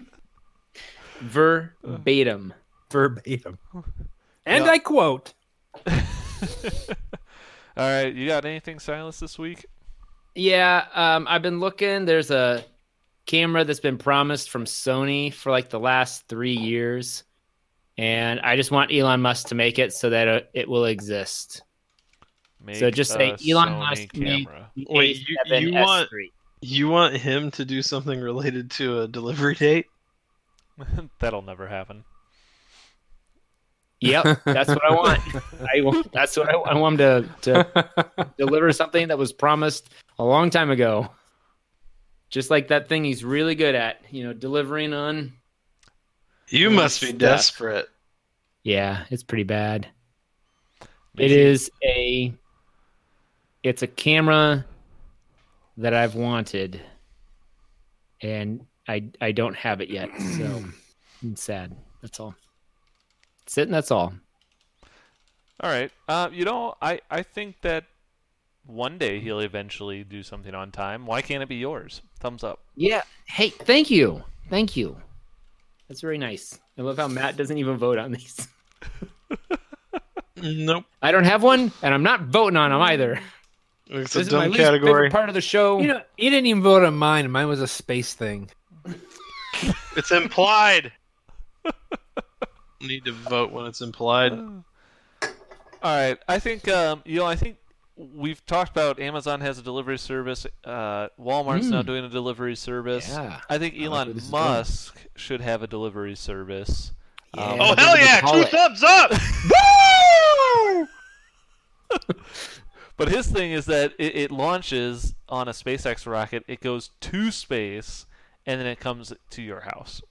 Speaker 3: verbatim.
Speaker 4: (laughs) Verbatim. And
Speaker 2: Yeah.
Speaker 4: I quote.
Speaker 2: All right, you got anything, Silas, this week?
Speaker 3: Yeah, um, I've been looking. There's a camera that's been promised from Sony for like the last three years, and I just want Elon Musk to make it so that uh, it will exist.
Speaker 2: Make
Speaker 3: just say
Speaker 2: a
Speaker 3: Elon
Speaker 2: Sony
Speaker 3: Musk made-
Speaker 2: camera. (laughs)
Speaker 1: Wait, you, you
Speaker 3: A7S3.
Speaker 1: want you want him to do something related to a delivery date?
Speaker 2: That'll never happen.
Speaker 3: Yep, that's what I want. I want that's what I, I want him to to
Speaker 1: (laughs)
Speaker 3: deliver something that was promised a long time ago. Just like that thing he's really good at, you know, delivering on.
Speaker 1: You
Speaker 2: Mm,
Speaker 1: must be
Speaker 2: stuff.
Speaker 1: desperate.
Speaker 3: Yeah, it's pretty bad. It
Speaker 2: Maybe-
Speaker 3: is a it's a camera that I've wanted and I I don't have it yet. So it's sad. That's all. That's it and that's all.
Speaker 2: All right. Uh, you know, I, I think that one day he'll eventually do something on time. Why can't it be yours? Thumbs up.
Speaker 3: Yeah. Hey, thank you. Thank you. That's very nice. I love how Matt doesn't even vote on these. (laughs)
Speaker 1: Nope.
Speaker 3: I don't have one and I'm not voting on them either.
Speaker 1: It's
Speaker 3: this
Speaker 1: a
Speaker 3: is my
Speaker 1: dumb
Speaker 3: least favorite
Speaker 1: category.
Speaker 3: part of the show.
Speaker 4: You know, you didn't even vote on mine. Mine was a space thing.
Speaker 1: It's implied. Need to vote when it's implied.
Speaker 3: Oh.
Speaker 2: All right. I think um, you know. I think we've talked about Amazon has a delivery service. Uh, Walmart's now doing a delivery service.
Speaker 3: Yeah.
Speaker 2: I think Elon
Speaker 3: this is going.
Speaker 2: Musk should have a delivery service. Um,
Speaker 3: Yeah.
Speaker 1: Oh hell yeah!
Speaker 3: Call
Speaker 1: Two
Speaker 3: it.
Speaker 1: thumbs up.
Speaker 2: But his thing is that it, it launches on a SpaceX rocket. It goes to space, and then it comes to your house.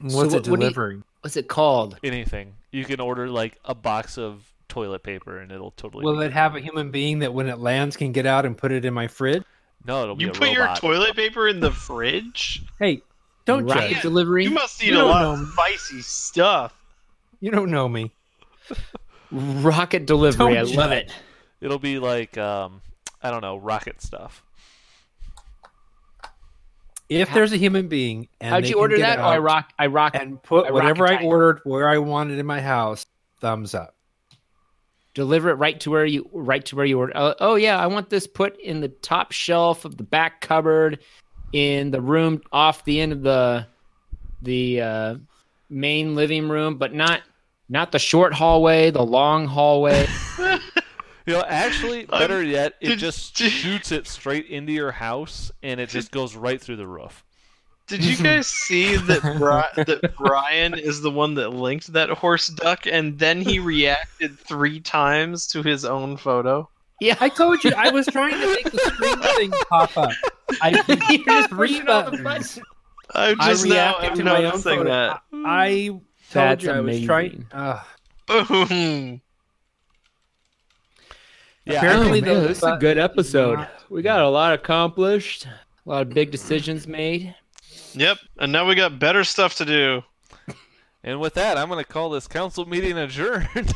Speaker 4: What's
Speaker 3: So
Speaker 4: it
Speaker 3: what- what do you-
Speaker 4: delivering?
Speaker 3: What's it called?
Speaker 2: Anything you can order, like a box of toilet paper, and it'll totally.
Speaker 4: Will it have a human being that when it lands can get out and put it in my fridge?
Speaker 2: No, it'll be
Speaker 1: You
Speaker 2: a
Speaker 1: put your
Speaker 2: robot.
Speaker 1: toilet paper in the fridge?
Speaker 4: Hey, don't
Speaker 3: Rocket
Speaker 4: judge.
Speaker 3: delivery.
Speaker 1: You must eat
Speaker 4: You
Speaker 1: a
Speaker 4: don't
Speaker 1: lot
Speaker 4: know.
Speaker 1: of spicy stuff.
Speaker 4: You don't know me.
Speaker 3: Rocket delivery.
Speaker 4: Don't
Speaker 3: I love it.
Speaker 2: It'll be like um, I don't know, rocket stuff.
Speaker 4: If there's a human being, and
Speaker 3: How'd
Speaker 4: they
Speaker 3: you
Speaker 4: can
Speaker 3: order
Speaker 4: get
Speaker 3: that? Oh, I
Speaker 4: out
Speaker 3: rock. I rock.
Speaker 4: and put
Speaker 3: I
Speaker 4: whatever I
Speaker 3: rocketized.
Speaker 4: ordered where I wanted in my house, thumbs up.
Speaker 3: deliver it right to where you right to where you order. Oh, oh yeah, I want this put in the top shelf of the back cupboard, in the room off the end of the the uh, main living room, but not not the short hallway, the long hallway. (laughs)
Speaker 2: You know,
Speaker 1: (laughs)
Speaker 2: actually, better yet, it
Speaker 1: did-
Speaker 2: just
Speaker 1: did-
Speaker 2: shoots it straight into your house, and it just goes right through the roof.
Speaker 1: Did you
Speaker 3: (laughs)
Speaker 1: guys see that Bri- that Brian is the one that linked that horse duck and then he reacted 3 times to his own photo?
Speaker 3: yeah,
Speaker 4: I told you I was trying to make the screen thing pop up.
Speaker 1: (laughs)
Speaker 4: I
Speaker 3: you're just
Speaker 4: Three
Speaker 3: reaching all the
Speaker 4: buttons.
Speaker 3: buttons.
Speaker 1: I
Speaker 4: I
Speaker 1: just now
Speaker 4: reacted
Speaker 1: am
Speaker 4: to my own
Speaker 1: noticing
Speaker 4: photo.
Speaker 1: that.
Speaker 4: I I told
Speaker 3: That's
Speaker 4: you I was
Speaker 3: amazing.
Speaker 4: trying. Uh,
Speaker 1: Boom.
Speaker 2: Yeah,
Speaker 4: Apparently
Speaker 3: Oh,
Speaker 4: those
Speaker 3: man, this is a good episode.
Speaker 4: not-
Speaker 3: We got a lot accomplished, a lot of big decisions made.
Speaker 1: (laughs) Yep. And now we got better stuff to do.
Speaker 2: And with that, I'm going to call this council meeting adjourned.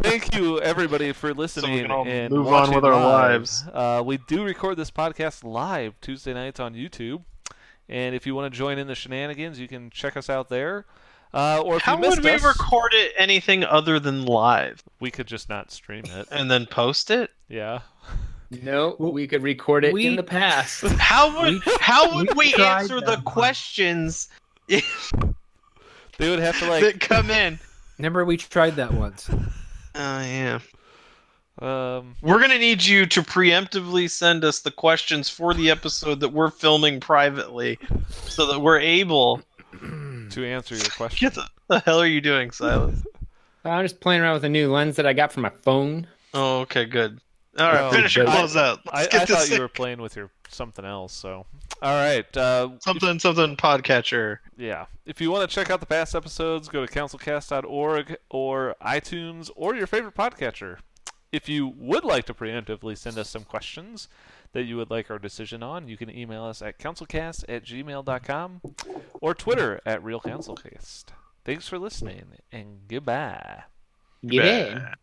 Speaker 2: Thank you, everybody, for listening
Speaker 1: can all
Speaker 2: and
Speaker 1: move on
Speaker 2: watching
Speaker 1: with our
Speaker 2: live.
Speaker 1: lives.
Speaker 2: Uh, we do record this podcast live Tuesday nights on YouTube, and if you want to join in the shenanigans, you can check us out there. Uh, or if
Speaker 1: How
Speaker 2: you missed
Speaker 1: would we
Speaker 2: us,
Speaker 1: record it anything other than live
Speaker 2: we could just not stream it.
Speaker 1: (laughs) and then post it?
Speaker 2: Yeah.
Speaker 3: No, we could record it
Speaker 4: We-
Speaker 3: in the past.
Speaker 1: How would how would we,
Speaker 4: we tried
Speaker 1: answer
Speaker 4: that
Speaker 1: the
Speaker 4: one.
Speaker 1: questions
Speaker 2: They would have to
Speaker 1: that
Speaker 2: like
Speaker 1: come in?
Speaker 4: remember we tried that once.
Speaker 1: Oh yeah.
Speaker 2: um
Speaker 1: We're gonna need you to preemptively send us the questions for the episode that we're filming privately, so that we're able.
Speaker 2: to answer your
Speaker 1: (laughs)
Speaker 2: question.
Speaker 1: Get the, the hell are you doing, Silas?
Speaker 3: I'm just playing around with a new lens that I got from my phone.
Speaker 1: Oh, okay, good. All right,
Speaker 2: Oh,
Speaker 1: finish your
Speaker 2: good.
Speaker 1: close out.
Speaker 2: I,
Speaker 1: Let's
Speaker 2: I
Speaker 1: get
Speaker 2: thought
Speaker 1: this
Speaker 2: you were playing with your something else, so all right. Uh,
Speaker 1: something something podcatcher.
Speaker 2: Yeah. If you want to check out the past episodes, go to councilcast.org or iTunes or your favorite podcatcher. If you would like to preemptively send us some questions that you would like our decision on, you can email us at councilcast at gmail.com or Twitter at realcouncilcast. Thanks for listening and goodbye.
Speaker 3: Get in.